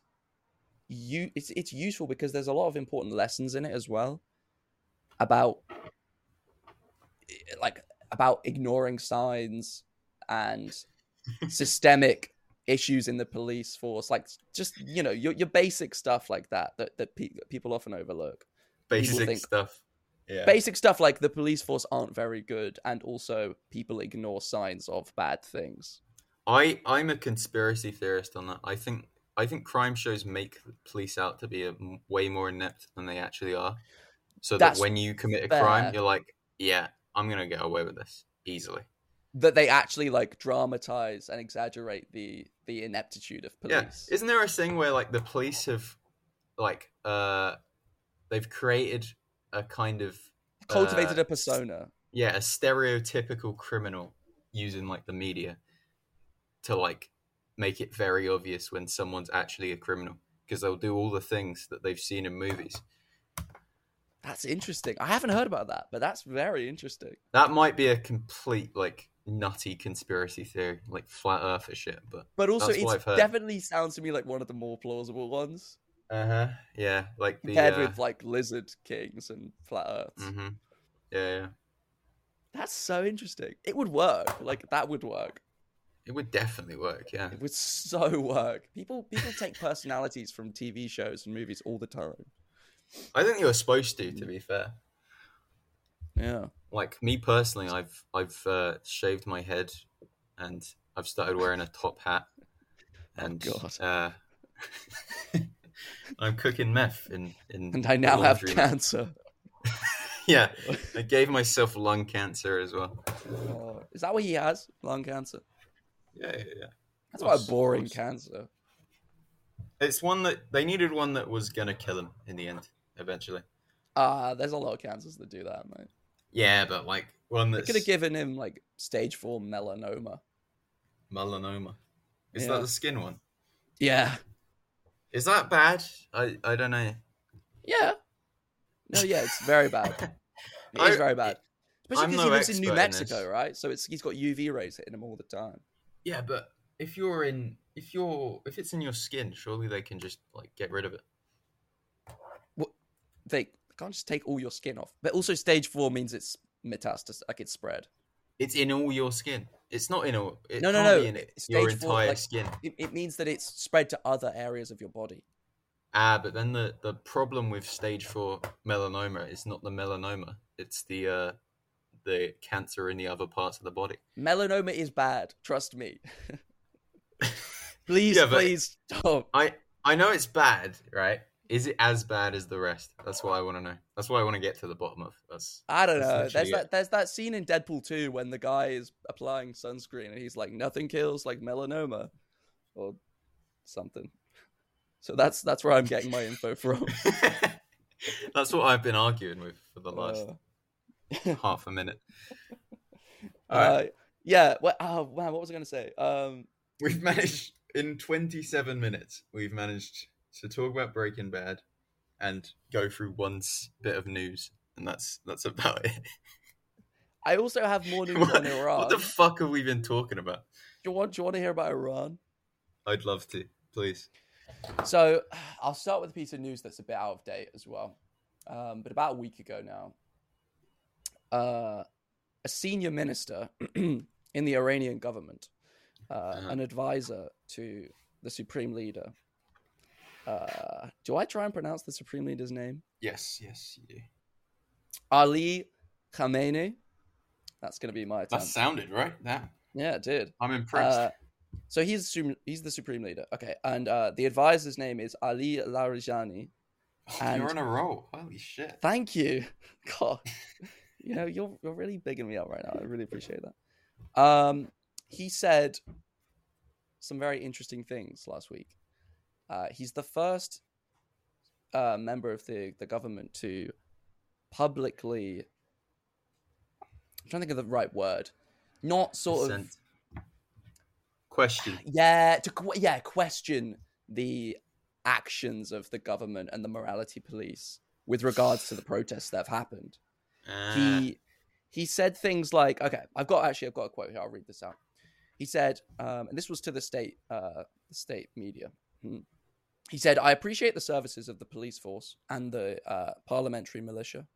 Speaker 2: you it's it's useful because there's a lot of important lessons in it as well about like about ignoring signs and systemic issues in the police force like just you know your, your basic stuff like that that, that pe- people often overlook
Speaker 1: basic
Speaker 2: think-
Speaker 1: stuff yeah
Speaker 2: basic stuff like the police force aren't very good and also people ignore signs of bad things
Speaker 1: I I'm a conspiracy theorist on that. I think I think crime shows make the police out to be a, m- way more inept than they actually are. So
Speaker 2: That's
Speaker 1: that when you commit a
Speaker 2: fair.
Speaker 1: crime, you're like, yeah, I'm gonna get away with this easily.
Speaker 2: that they actually like dramatize and exaggerate the the ineptitude of
Speaker 1: Yeah,
Speaker 2: police
Speaker 1: isn't there a thing where like the police have like uh they've created a kind of Uh,
Speaker 2: Cultivated a persona.
Speaker 1: yeah a stereotypical criminal using like the media to like make it very obvious when someone's actually a criminal because they'll do all the things that they've seen in movies
Speaker 2: That's interesting. I haven't heard about that, but that's very interesting.
Speaker 1: that might be a complete like nutty conspiracy theory like flat earther shit but
Speaker 2: But also,
Speaker 1: That's what
Speaker 2: it
Speaker 1: I've heard.
Speaker 2: definitely sounds to me like one of the more plausible ones
Speaker 1: uh-huh yeah like the
Speaker 2: compared
Speaker 1: uh,
Speaker 2: with like lizard kings and flat earths.
Speaker 1: mhm. yeah yeah
Speaker 2: That's so interesting. It would work. Like that would work.
Speaker 1: it would definitely work yeah
Speaker 2: It would so work. People people take personalities from TV shows and movies all the time.
Speaker 1: i think you're supposed to to
Speaker 2: Mm.
Speaker 1: be fair
Speaker 2: Yeah.
Speaker 1: like me personally i've i've uh, shaved my head and i've started wearing a top hat and
Speaker 2: Oh, God.
Speaker 1: uh i'm cooking meth in in
Speaker 2: And I
Speaker 1: the
Speaker 2: now have
Speaker 1: laundry room.
Speaker 2: cancer.
Speaker 1: yeah i gave myself lung cancer as well
Speaker 2: Oh, is that what he has? Lung cancer.
Speaker 1: yeah yeah, yeah.
Speaker 2: That's quite a
Speaker 1: Nice,
Speaker 2: boring
Speaker 1: nice.
Speaker 2: cancer.
Speaker 1: it's one that they needed one that was gonna kill him in the end eventually
Speaker 2: Ah, there's a lot of cancers that do that, mate.
Speaker 1: yeah but like one
Speaker 2: They
Speaker 1: that's
Speaker 2: could have given him like stage four melanoma.
Speaker 1: melanoma is
Speaker 2: Yeah.
Speaker 1: that the skin one
Speaker 2: Yeah.
Speaker 1: is that bad i i don't know
Speaker 2: Yeah. No, yeah, it's very bad. It is
Speaker 1: I-
Speaker 2: very bad.
Speaker 1: I'm
Speaker 2: Especially because
Speaker 1: no
Speaker 2: he lives in
Speaker 1: expert
Speaker 2: New
Speaker 1: in
Speaker 2: Mexico,
Speaker 1: this.
Speaker 2: right? So it's he's got UV rays hitting him all the time.
Speaker 1: Yeah, but if you're in, if you're, if it's in your skin, surely they can just like get rid of it.
Speaker 2: They can't just take all your skin off. But also, stage four means it's metastasis, like it's spread.
Speaker 1: It's in all your skin. It's not in all. It
Speaker 2: No, no,
Speaker 1: can't
Speaker 2: no,
Speaker 1: Be in it,
Speaker 2: it's
Speaker 1: your
Speaker 2: stage four,
Speaker 1: entire
Speaker 2: like-
Speaker 1: skin.
Speaker 2: It, it means that it's spread to other areas of your body.
Speaker 1: Ah, but then the the problem with stage four melanoma is not the melanoma. It's the uh the cancer in the other parts of the body.
Speaker 2: Melanoma is bad. Trust me. please,
Speaker 1: Yeah, but-
Speaker 2: please stop.
Speaker 1: I I know it's bad, right? Is it as bad as the rest? That's what I want to know. That's what I want to get to the bottom of. That's
Speaker 2: I don't
Speaker 1: That's
Speaker 2: know. There's
Speaker 1: literally
Speaker 2: that
Speaker 1: it.
Speaker 2: there's that scene in Deadpool 2 when the guy is applying sunscreen and he's like, nothing kills like melanoma or something. So that's that's where I'm getting my info from.
Speaker 1: that's what I've been arguing with for the last
Speaker 2: Uh,
Speaker 1: half a minute. All right.
Speaker 2: uh, yeah. Well, oh man, what was I gonna say? Um,
Speaker 1: We've managed in 27 minutes. We've managed to talk about Breaking Bad and go through one s- bit of news, and that's that's about it.
Speaker 2: I also have more news
Speaker 1: what,
Speaker 2: on Iran.
Speaker 1: what the fuck have we been talking about?
Speaker 2: do you want do you want to hear about Iran?
Speaker 1: I'd love to, please.
Speaker 2: So I'll start with a piece of news that's a bit out of date as well. Um, but about a week ago now, uh, a senior minister in the Iranian government, uh,
Speaker 1: Uh-huh.
Speaker 2: an advisor to the supreme leader. Uh, do I try and pronounce the supreme leader's name?
Speaker 1: Yes, yes, you do.
Speaker 2: Ali Khamenei. That's going to be my
Speaker 1: That
Speaker 2: attempt.
Speaker 1: sounded right. That
Speaker 2: Yeah, it did.
Speaker 1: I'm impressed.
Speaker 2: Uh, so he's sum- he's the supreme leader. Okay, and uh, the advisor's name is Ali Larijani. Uh, and-
Speaker 1: You're on a roll. Holy shit.
Speaker 2: Thank you. God. you know, you're you're really bigging me up right now. I really appreciate that. Um he said some very interesting things last week. Uh, he's the first uh, member of the, the government to publicly I'm trying to think of the right word. Not sort of
Speaker 1: Dissent. Question.
Speaker 2: yeah, to qu- yeah, question the actions of the government and the morality police with regards to the protests that have happened
Speaker 1: Ah,
Speaker 2: he he said things like okay i've got actually i've got a quote here i'll read this out he said um, and this was to the state uh, the state media Hmm. he said i appreciate the services of the police force and the uh, parliamentary militia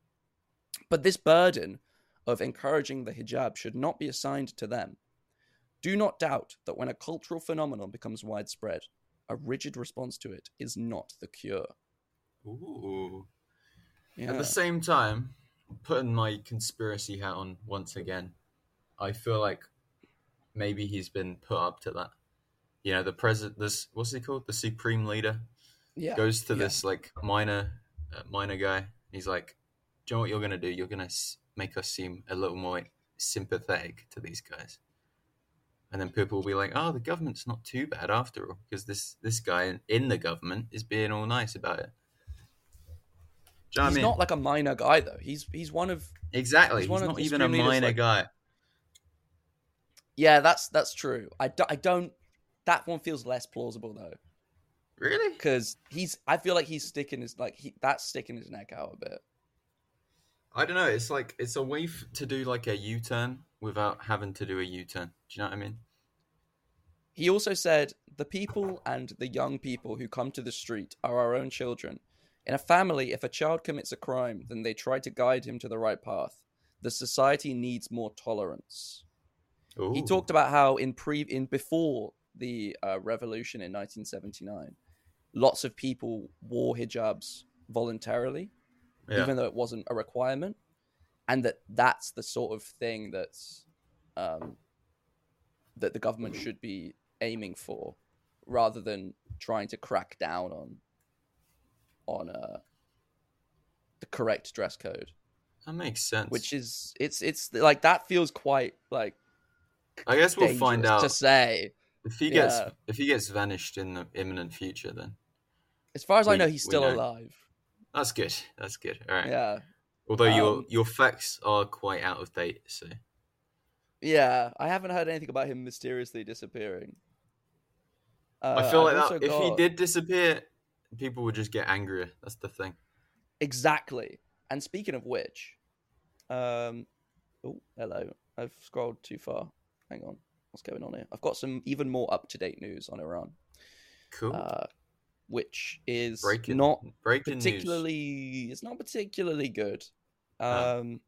Speaker 2: but this burden of encouraging the hijab should not be assigned to them do not doubt that when a cultural phenomenon becomes widespread a rigid response to it is not the cure
Speaker 1: Ooh. At
Speaker 2: Yeah.
Speaker 1: the same time, putting my conspiracy hat on once again, I feel like maybe he's been put up to that. You know, the president, this what's he called, the supreme leader,
Speaker 2: yeah
Speaker 1: goes to
Speaker 2: yeah.
Speaker 1: this like minor, uh, minor guy. He's like, "Do you know what you're gonna do? You're gonna s- make us seem a little more sympathetic to these guys." and then people will be like, "Oh, the government's not too bad after all, because this this guy in- in the government is being all nice about it." Do you know what
Speaker 2: he's
Speaker 1: I mean?
Speaker 2: not like a minor guy though. He's he's one of
Speaker 1: exactly.
Speaker 2: he's
Speaker 1: He's,
Speaker 2: one of
Speaker 1: not
Speaker 2: these
Speaker 1: even a
Speaker 2: grim leaders,
Speaker 1: minor
Speaker 2: like-
Speaker 1: guy.
Speaker 2: yeah. That's that's true. I do, I don't. That one feels less plausible though
Speaker 1: Really?
Speaker 2: because he's. I feel like he's sticking his like he that's sticking his neck out a bit.
Speaker 1: I don't know. It's like it's a way f- to do like a U turn without having to do a U turn. Do you know what I mean?
Speaker 2: He also said the people and the young people who come to the street are our own children. In a family, if a child commits a crime, then they try to guide him to the right path. The society needs more tolerance. He
Speaker 1: Ooh.
Speaker 2: talked about how in pre in before the uh, revolution in 1979, lots of people wore hijabs voluntarily,
Speaker 1: Yeah.
Speaker 2: even though it wasn't a requirement, and that that's the sort of thing that's um, that the government should be aiming for, rather than trying to crack down on on uh, the correct dress code,
Speaker 1: that makes sense.
Speaker 2: which is it's it's like that feels quite like
Speaker 1: I guess we'll find out
Speaker 2: dangerous to say.
Speaker 1: if he gets
Speaker 2: yeah.
Speaker 1: if he gets vanished in the imminent future. Then
Speaker 2: As far as I
Speaker 1: We-
Speaker 2: know, he's
Speaker 1: we
Speaker 2: still
Speaker 1: know.
Speaker 2: alive.
Speaker 1: that's good. That's good. All right.
Speaker 2: Yeah,
Speaker 1: Although your
Speaker 2: Um,
Speaker 1: your facts are quite out of date, so
Speaker 2: yeah. I haven't heard anything about him mysteriously disappearing. Uh,
Speaker 1: I feel
Speaker 2: I've
Speaker 1: like
Speaker 2: also
Speaker 1: that. If he
Speaker 2: got-
Speaker 1: did disappear, people would just get angrier. That's the thing.
Speaker 2: exactly. And speaking of which, um, oh hello, I've scrolled too far. Hang on, what's going on here? I've got some even more up to date news on Iran,
Speaker 1: Cool.
Speaker 2: uh, which is
Speaker 1: breaking
Speaker 2: not
Speaker 1: breaking news.
Speaker 2: particularly it's not particularly good
Speaker 1: No.
Speaker 2: um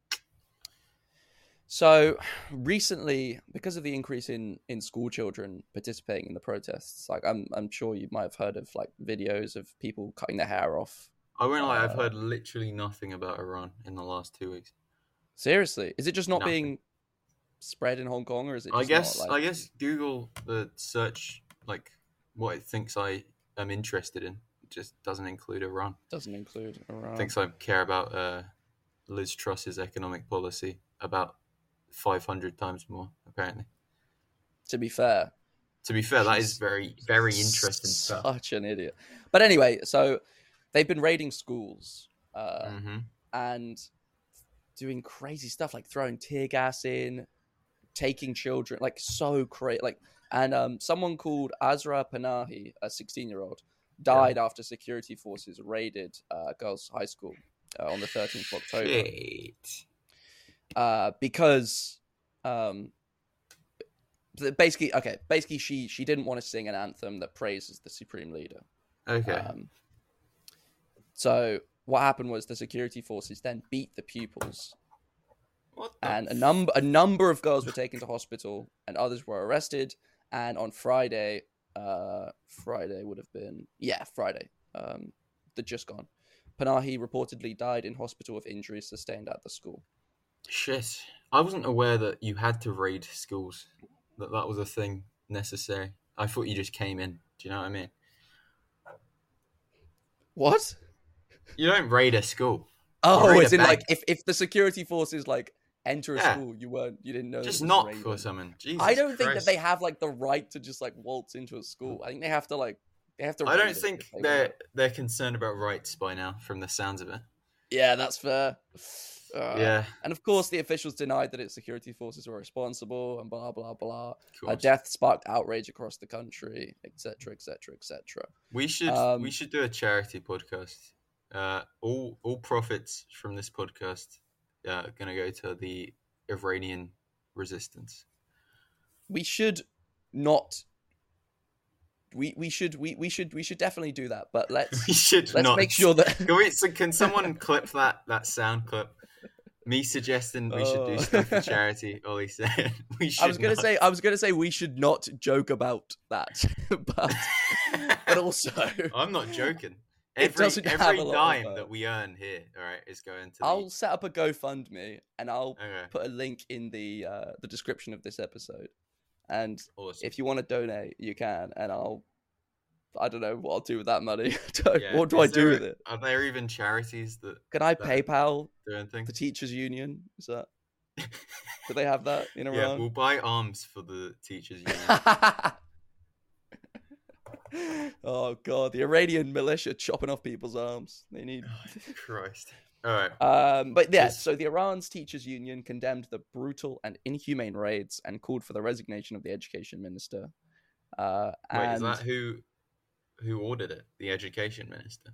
Speaker 2: so recently because of the increase in in school children participating in the protests like i'm i'm sure you might have heard of like videos of people cutting their hair off
Speaker 1: I won't lie. I've
Speaker 2: uh,
Speaker 1: heard literally nothing about Iran in the last two weeks.
Speaker 2: seriously is it just not
Speaker 1: Nothing.
Speaker 2: being spread in hong kong or is it
Speaker 1: I
Speaker 2: just
Speaker 1: guess
Speaker 2: not,
Speaker 1: I
Speaker 2: like...
Speaker 1: guess Google the search like what it thinks I am interested in just doesn't include Iran.
Speaker 2: doesn't include iran
Speaker 1: thinks I care about uh, Liz Truss's economic policy about five hundred times more apparently.
Speaker 2: to be fair
Speaker 1: To be fair, that is
Speaker 2: She's
Speaker 1: very very interesting stuff.
Speaker 2: such an idiot but anyway so they've been raiding schools uh
Speaker 1: hmm
Speaker 2: and doing crazy stuff like throwing tear gas in, taking children, like so crazy. Like, and um, someone called Azra Panahi, a 16 year old, died after security forces raided uh, a girls' high school uh, on the 13th of October
Speaker 1: Shit.
Speaker 2: uh, because. Um, th- basically okay basically she she didn't want to sing an anthem that praises the supreme leader
Speaker 1: Okay.
Speaker 2: um, so what happened was the security forces then beat the pupils,
Speaker 1: what the
Speaker 2: and a
Speaker 1: f-
Speaker 2: number a number of girls were taken to hospital, and others were arrested. And on Friday, uh, Friday would have been yeah Friday, um, the just gone. Panahi reportedly died in hospital of injuries sustained at the school.
Speaker 1: shit. I wasn't aware that you had to raid schools. That that was a thing necessary. I thought you just came in. Do you know what I mean?
Speaker 2: What?
Speaker 1: You don't raid a school.
Speaker 2: Oh,
Speaker 1: raid
Speaker 2: it's
Speaker 1: a
Speaker 2: in like
Speaker 1: bank.
Speaker 2: if if the security forces like enter a
Speaker 1: Yeah.
Speaker 2: school, you weren't you didn't know.
Speaker 1: Just
Speaker 2: it was
Speaker 1: knock
Speaker 2: raided.
Speaker 1: or something. Jesus
Speaker 2: I don't think that
Speaker 1: Christ.
Speaker 2: they have like the right to just like waltz into a school. I think they have to like they have to.
Speaker 1: I
Speaker 2: raid
Speaker 1: don't
Speaker 2: it
Speaker 1: think
Speaker 2: if they
Speaker 1: they're
Speaker 2: want
Speaker 1: they're concerned about rights by now, from the sounds of it.
Speaker 2: it. Yeah, that's fair. Uh,
Speaker 1: yeah,
Speaker 2: and of course the officials denied that its security forces were responsible and blah blah blah.
Speaker 1: cool.
Speaker 2: A death sparked outrage across the country, etc., etc., etc.
Speaker 1: we should
Speaker 2: um,
Speaker 1: we should do a charity podcast. Uh, all all profits from this podcast uh, are gonna go to the Iranian resistance.
Speaker 2: We should not. We we should we we should we should definitely do that. But let's
Speaker 1: We should
Speaker 2: let's
Speaker 1: not
Speaker 2: make sure that
Speaker 1: Can, we, so can someone clip that that sound clip? Me suggesting we should
Speaker 2: Oh.
Speaker 1: do stuff for charity. Ollie said we should.
Speaker 2: I was gonna
Speaker 1: not.
Speaker 2: say I was gonna say we should not joke about that, but but also
Speaker 1: I'm not joking.
Speaker 2: It
Speaker 1: Every
Speaker 2: doesn't have
Speaker 1: every
Speaker 2: a lot of,
Speaker 1: dime
Speaker 2: uh,
Speaker 1: that we earn here, all right, is going to.
Speaker 2: I'll set up a GoFundMe and I'll
Speaker 1: The, okay,
Speaker 2: put a link in the uh, the description of this episode. And
Speaker 1: awesome.
Speaker 2: if you want to donate, you can. And I'll I don't know what I'll do with that money. I don't-
Speaker 1: Yeah,
Speaker 2: What do I
Speaker 1: is
Speaker 2: do
Speaker 1: there-
Speaker 2: with it?
Speaker 1: Are there even charities that
Speaker 2: Can I
Speaker 1: that-
Speaker 2: PayPal
Speaker 1: do anything?
Speaker 2: the teachers union? Is that Do they have that in
Speaker 1: Yeah,
Speaker 2: Iran?
Speaker 1: we'll buy arms for the teachers. Union.
Speaker 2: oh god, the Iranian militia chopping off people's arms. They need.
Speaker 1: Oh, Christ. All right.
Speaker 2: Um, but yeah,
Speaker 1: Yes.
Speaker 2: so the Iran's teachers union condemned the brutal and inhumane raids and called for the resignation of the education minister. Uh,
Speaker 1: Wait,
Speaker 2: and
Speaker 1: is that who who ordered it? The education minister.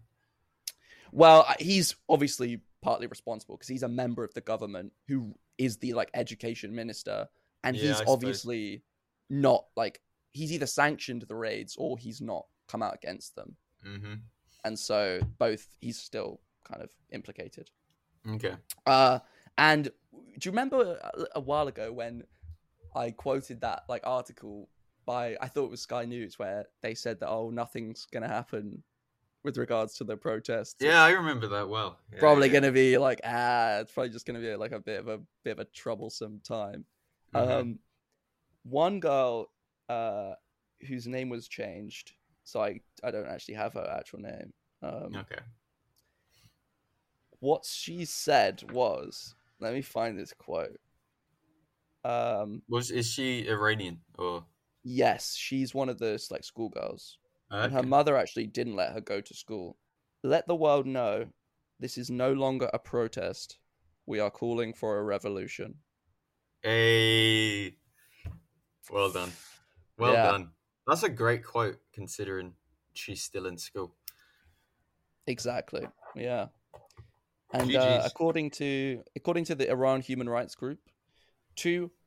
Speaker 2: well, I- he's obviously partly responsible because he's a member of the government who is the like education minister, and
Speaker 1: Yeah, I
Speaker 2: he's
Speaker 1: suppose.
Speaker 2: obviously not like he's either sanctioned the raids or he's not come out against them.
Speaker 1: Mm-hmm.
Speaker 2: and so both he's still kind of implicated.
Speaker 1: Okay.
Speaker 2: Uh, and do you remember a, a while ago when I quoted that like article by I thought it was Sky News where they said that oh nothing's gonna happen with regards to the protests. It's
Speaker 1: Yeah, I remember that well. Yeah,
Speaker 2: probably
Speaker 1: yeah.
Speaker 2: gonna be like ah, it's probably just gonna be like a bit of a bit of a troublesome time.
Speaker 1: Mhm.
Speaker 2: Um, one girl uh, whose name was changed, so I I don't actually have her actual name. Um,
Speaker 1: okay.
Speaker 2: what she said was let me find this quote um
Speaker 1: Was is she Iranian or?
Speaker 2: yes she's one of those like schoolgirls and her
Speaker 1: Okay.
Speaker 2: mother actually didn't let her go to school let the world know this is no longer a protest we are calling for a revolution
Speaker 1: Hey. Well done. Well
Speaker 2: Yeah.
Speaker 1: done. That's a great quote considering she's still in school.
Speaker 2: exactly yeah and uh,
Speaker 1: GGs.
Speaker 2: according to according to the iran human rights group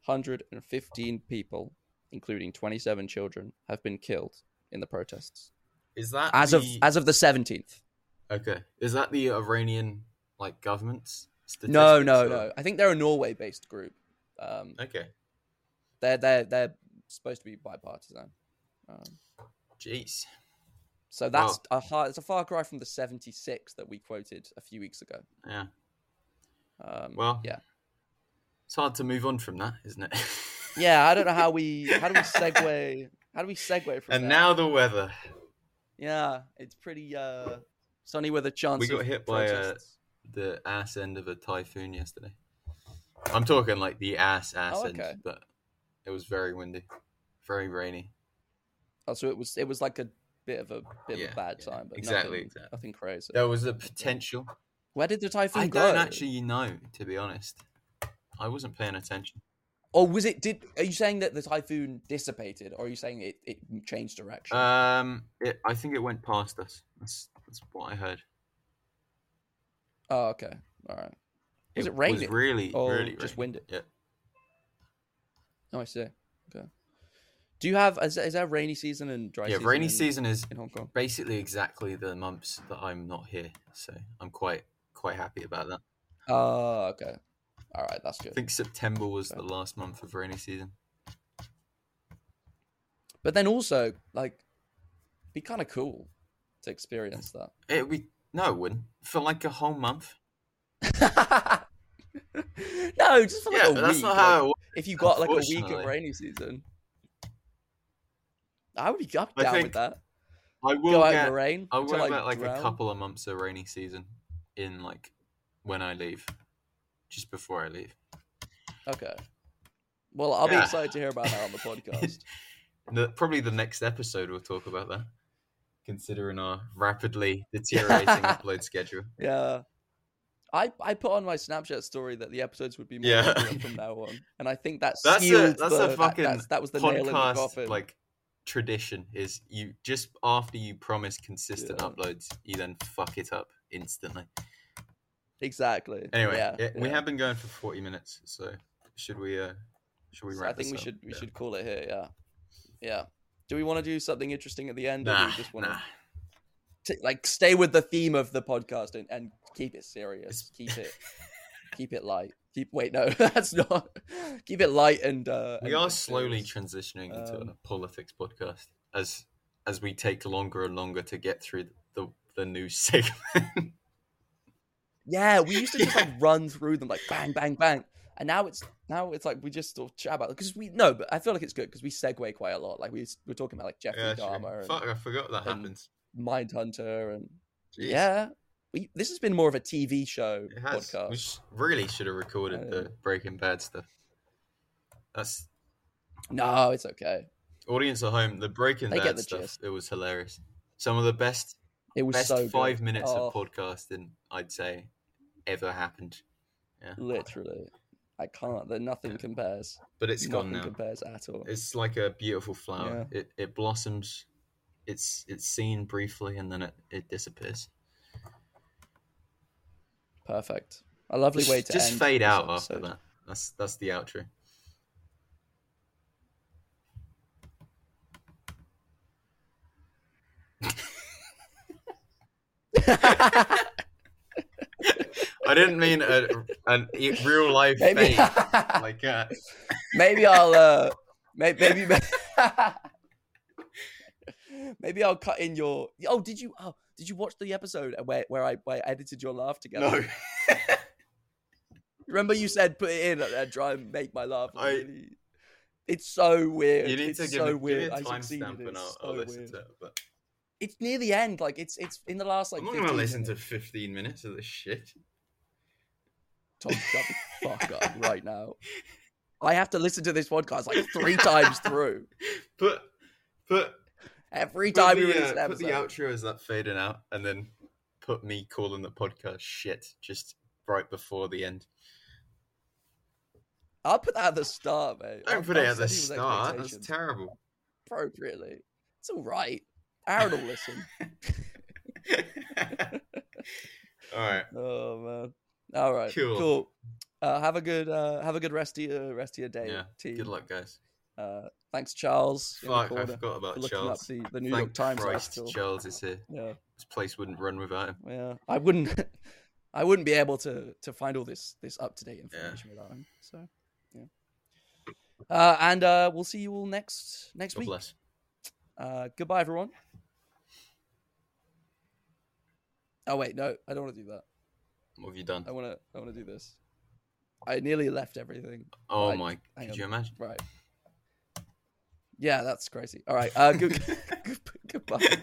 Speaker 2: 215 people including 27 children have been killed in the protests
Speaker 1: Is that
Speaker 2: as of
Speaker 1: the-
Speaker 2: as of the 17th
Speaker 1: Okay. Is that the Iranian like government's statistics?
Speaker 2: no no
Speaker 1: or-
Speaker 2: no i think they're a norway based group um
Speaker 1: Okay.
Speaker 2: they're they're they're supposed to be bipartisan um,
Speaker 1: Jeez.
Speaker 2: so that's a hard it's a far cry from the 76 that we quoted a few weeks ago
Speaker 1: Yeah.
Speaker 2: um
Speaker 1: Well.
Speaker 2: yeah.
Speaker 1: It's hard to move on from that, isn't it?
Speaker 2: yeah i don't know how we how do we segue how do we segue from
Speaker 1: and
Speaker 2: that?
Speaker 1: now the weather.
Speaker 2: yeah it's pretty uh sunny with a chance
Speaker 1: We got
Speaker 2: of
Speaker 1: hit by, uh,
Speaker 2: protests.
Speaker 1: The ass end of a typhoon yesterday. I'm talking like the ass ass
Speaker 2: Oh, okay.
Speaker 1: end, but it was very windy, very rainy.
Speaker 2: oh, so it was it was like a bit of a bit of
Speaker 1: Yeah,
Speaker 2: a bad
Speaker 1: yeah,
Speaker 2: time but
Speaker 1: exactly,
Speaker 2: nothing,
Speaker 1: exactly.
Speaker 2: nothing crazy
Speaker 1: There was a potential.
Speaker 2: where did the typhoon
Speaker 1: I
Speaker 2: go
Speaker 1: don't actually know, to be honest. I wasn't paying attention.
Speaker 2: Or was it? Did are you saying that the typhoon dissipated, or are you saying it, it changed direction?
Speaker 1: Um, it, I think it went past us. That's that's what I heard.
Speaker 2: oh, okay, all right. Was it
Speaker 1: Was
Speaker 2: raining?
Speaker 1: really,
Speaker 2: Or
Speaker 1: really
Speaker 2: just
Speaker 1: rainy.
Speaker 2: winded?
Speaker 1: Yeah.
Speaker 2: Oh, I see. Okay. Do you have is, is there rainy season and dry
Speaker 1: yeah,
Speaker 2: season?
Speaker 1: rainy
Speaker 2: in-
Speaker 1: season is
Speaker 2: in Hong Kong.
Speaker 1: basically exactly the months that I'm not here, so I'm quite quite happy about that.
Speaker 2: Oh, okay. All right, that's
Speaker 1: I
Speaker 2: good.
Speaker 1: think September was the last month of rainy season.
Speaker 2: But then also, like, be kind of cool to experience
Speaker 1: It we no, it wouldn't for like a whole month.
Speaker 2: that. no, just for like
Speaker 1: yeah,
Speaker 2: a
Speaker 1: but that's
Speaker 2: week.
Speaker 1: not
Speaker 2: like,
Speaker 1: how. It works.
Speaker 2: if you got like a week of
Speaker 1: Unfortunately.
Speaker 2: rainy season, I would be I'm
Speaker 1: I
Speaker 2: down with
Speaker 1: think
Speaker 2: that.
Speaker 1: I will
Speaker 2: Go out in
Speaker 1: get.
Speaker 2: the rain.
Speaker 1: I will
Speaker 2: till I
Speaker 1: get like a
Speaker 2: drown.
Speaker 1: couple of months of rainy season in like when I leave, just before I leave.
Speaker 2: Okay. Well, I'll be
Speaker 1: Yeah.
Speaker 2: excited to hear about that on the podcast.
Speaker 1: The, probably the next episode we'll talk about that, considering our rapidly deteriorating upload schedule.
Speaker 2: yeah. I, I put on my Snapchat story that the episodes would be more
Speaker 1: Yeah.
Speaker 2: regular from now on, and I think that
Speaker 1: That's a-
Speaker 2: sealed
Speaker 1: that's a
Speaker 2: the- that-
Speaker 1: fucking
Speaker 2: that's- that was the nail in the
Speaker 1: Podcast
Speaker 2: coffin.
Speaker 1: like tradition is you just after you promise consistent
Speaker 2: Yeah.
Speaker 1: uploads, you then fuck it up instantly.
Speaker 2: exactly.
Speaker 1: Anyway,
Speaker 2: yeah,
Speaker 1: it- we
Speaker 2: yeah.
Speaker 1: have been going for forty minutes, so should we? uh Should we
Speaker 2: So
Speaker 1: wrap?
Speaker 2: I
Speaker 1: this
Speaker 2: think we
Speaker 1: up?
Speaker 2: should we
Speaker 1: Yeah.
Speaker 2: should call it here. Yeah, yeah. Do we want to do something interesting at the end, or do
Speaker 1: Nah,
Speaker 2: we just want
Speaker 1: nah.
Speaker 2: to like stay with the theme of the podcast and, and keep it serious, keep it keep it light, keep wait no, that's not keep it light and uh,
Speaker 1: We
Speaker 2: and-
Speaker 1: are
Speaker 2: and
Speaker 1: slowly
Speaker 2: serious.
Speaker 1: transitioning into
Speaker 2: Um,
Speaker 1: a politics podcast as as we take longer and longer to get through the the news segment.
Speaker 2: Yeah, we used to just like run through them like bang, bang, bang, and now it's now it's like we just sort of chat about because we no, but I feel like it's good because we segue quite a lot. Like we we're talking about like Jeffrey
Speaker 1: Yeah, true.
Speaker 2: Dahmer
Speaker 1: Fuck, I forgot that
Speaker 2: and-
Speaker 1: happens.
Speaker 2: and Mindhunter and
Speaker 1: Jeez.
Speaker 2: yeah, we, this has been more of a TV show
Speaker 1: It has. We
Speaker 2: podcast. Um,
Speaker 1: sh- really should have recorded
Speaker 2: I-
Speaker 1: the Breaking Bad stuff. That's
Speaker 2: No, it's okay.
Speaker 1: audience at home. The breaking
Speaker 2: They get
Speaker 1: that
Speaker 2: the
Speaker 1: stuff.
Speaker 2: gist.
Speaker 1: It was hilarious. Some of the best
Speaker 2: It was
Speaker 1: best
Speaker 2: so good.
Speaker 1: five minutes of
Speaker 2: Oh.
Speaker 1: podcasting I'd say ever happened. Yeah,
Speaker 2: Mm, Literally, I can't. There nothing compares.
Speaker 1: but it's gone
Speaker 2: nothing
Speaker 1: now.
Speaker 2: compares at all.
Speaker 1: It's like a beautiful flower. It it blossoms. It's it's seen briefly and then it, it disappears.
Speaker 2: Perfect. A lovely way to
Speaker 1: just
Speaker 2: end
Speaker 1: fade
Speaker 2: this
Speaker 1: out after
Speaker 2: episode.
Speaker 1: that. That's that's the outro. I didn't mean a, an e- real life
Speaker 2: maybe,
Speaker 1: fade. Like uh,
Speaker 2: maybe I'll uh, may- maybe maybe maybe I'll cut in your. Oh, did you? Oh, did you watch the episode where where I, where I edited your laugh together?
Speaker 1: no,
Speaker 2: Remember you said put it in and then try and make my laugh.
Speaker 1: I-
Speaker 2: really- It's so weird.
Speaker 1: you need
Speaker 2: it's
Speaker 1: to give,
Speaker 2: so
Speaker 1: me- give me
Speaker 2: weird.
Speaker 1: a
Speaker 2: I succeeded.
Speaker 1: timestamp and
Speaker 2: It's
Speaker 1: I'll,
Speaker 2: so
Speaker 1: I'll listen
Speaker 2: weird.
Speaker 1: to it. But
Speaker 2: It's near the end. Like it's it's in the last like.
Speaker 1: I'm not gonna
Speaker 2: 15
Speaker 1: listen to
Speaker 2: minutes.
Speaker 1: 15 minutes of this shit.
Speaker 2: Tom, shut the fuck up right now. I have to listen to this podcast like three times through.
Speaker 1: Put put
Speaker 2: Every
Speaker 1: put
Speaker 2: time
Speaker 1: the,
Speaker 2: we release
Speaker 1: uh,
Speaker 2: an
Speaker 1: put
Speaker 2: episode.
Speaker 1: the outro as that fading out, and then put me calling the podcast shit just right before the end.
Speaker 2: I'll put that at the start, mate.
Speaker 1: Don't
Speaker 2: I'll-
Speaker 1: put it
Speaker 2: I'll
Speaker 1: at the
Speaker 2: set people's
Speaker 1: start. That's
Speaker 2: expectations
Speaker 1: terrible.
Speaker 2: appropriately. It's all right. Aaron will listen.
Speaker 1: All right.
Speaker 2: Oh man. All right.
Speaker 1: Cool.
Speaker 2: Cool. Uh, have a good uh, have a good rest of your rest of your day.
Speaker 1: Yeah.
Speaker 2: team.
Speaker 1: Good luck, guys.
Speaker 2: Uh, thanks, Charles. in the
Speaker 1: Fuck, I
Speaker 2: corner,
Speaker 1: forgot
Speaker 2: for
Speaker 1: about
Speaker 2: looking
Speaker 1: Charles.
Speaker 2: up the, the New York
Speaker 1: Thank
Speaker 2: Times
Speaker 1: Christ,
Speaker 2: article.
Speaker 1: Charles is here.
Speaker 2: Yeah,
Speaker 1: This place wouldn't run without him.
Speaker 2: yeah. I wouldn't I wouldn't be able to to find all this this up to date information without him. So yeah. Uh, and uh, we'll see you all next next
Speaker 1: God
Speaker 2: week.
Speaker 1: bless.
Speaker 2: Uh, goodbye, everyone. Oh wait, no, I don't want to do that.
Speaker 1: What have you done?
Speaker 2: I want to. I want to do this. I nearly left everything.
Speaker 1: Oh
Speaker 2: right,
Speaker 1: my!
Speaker 2: hang
Speaker 1: Could
Speaker 2: on.
Speaker 1: you imagine?
Speaker 2: Right. Yeah, that's crazy. All right. Uh, good, good, goodbye.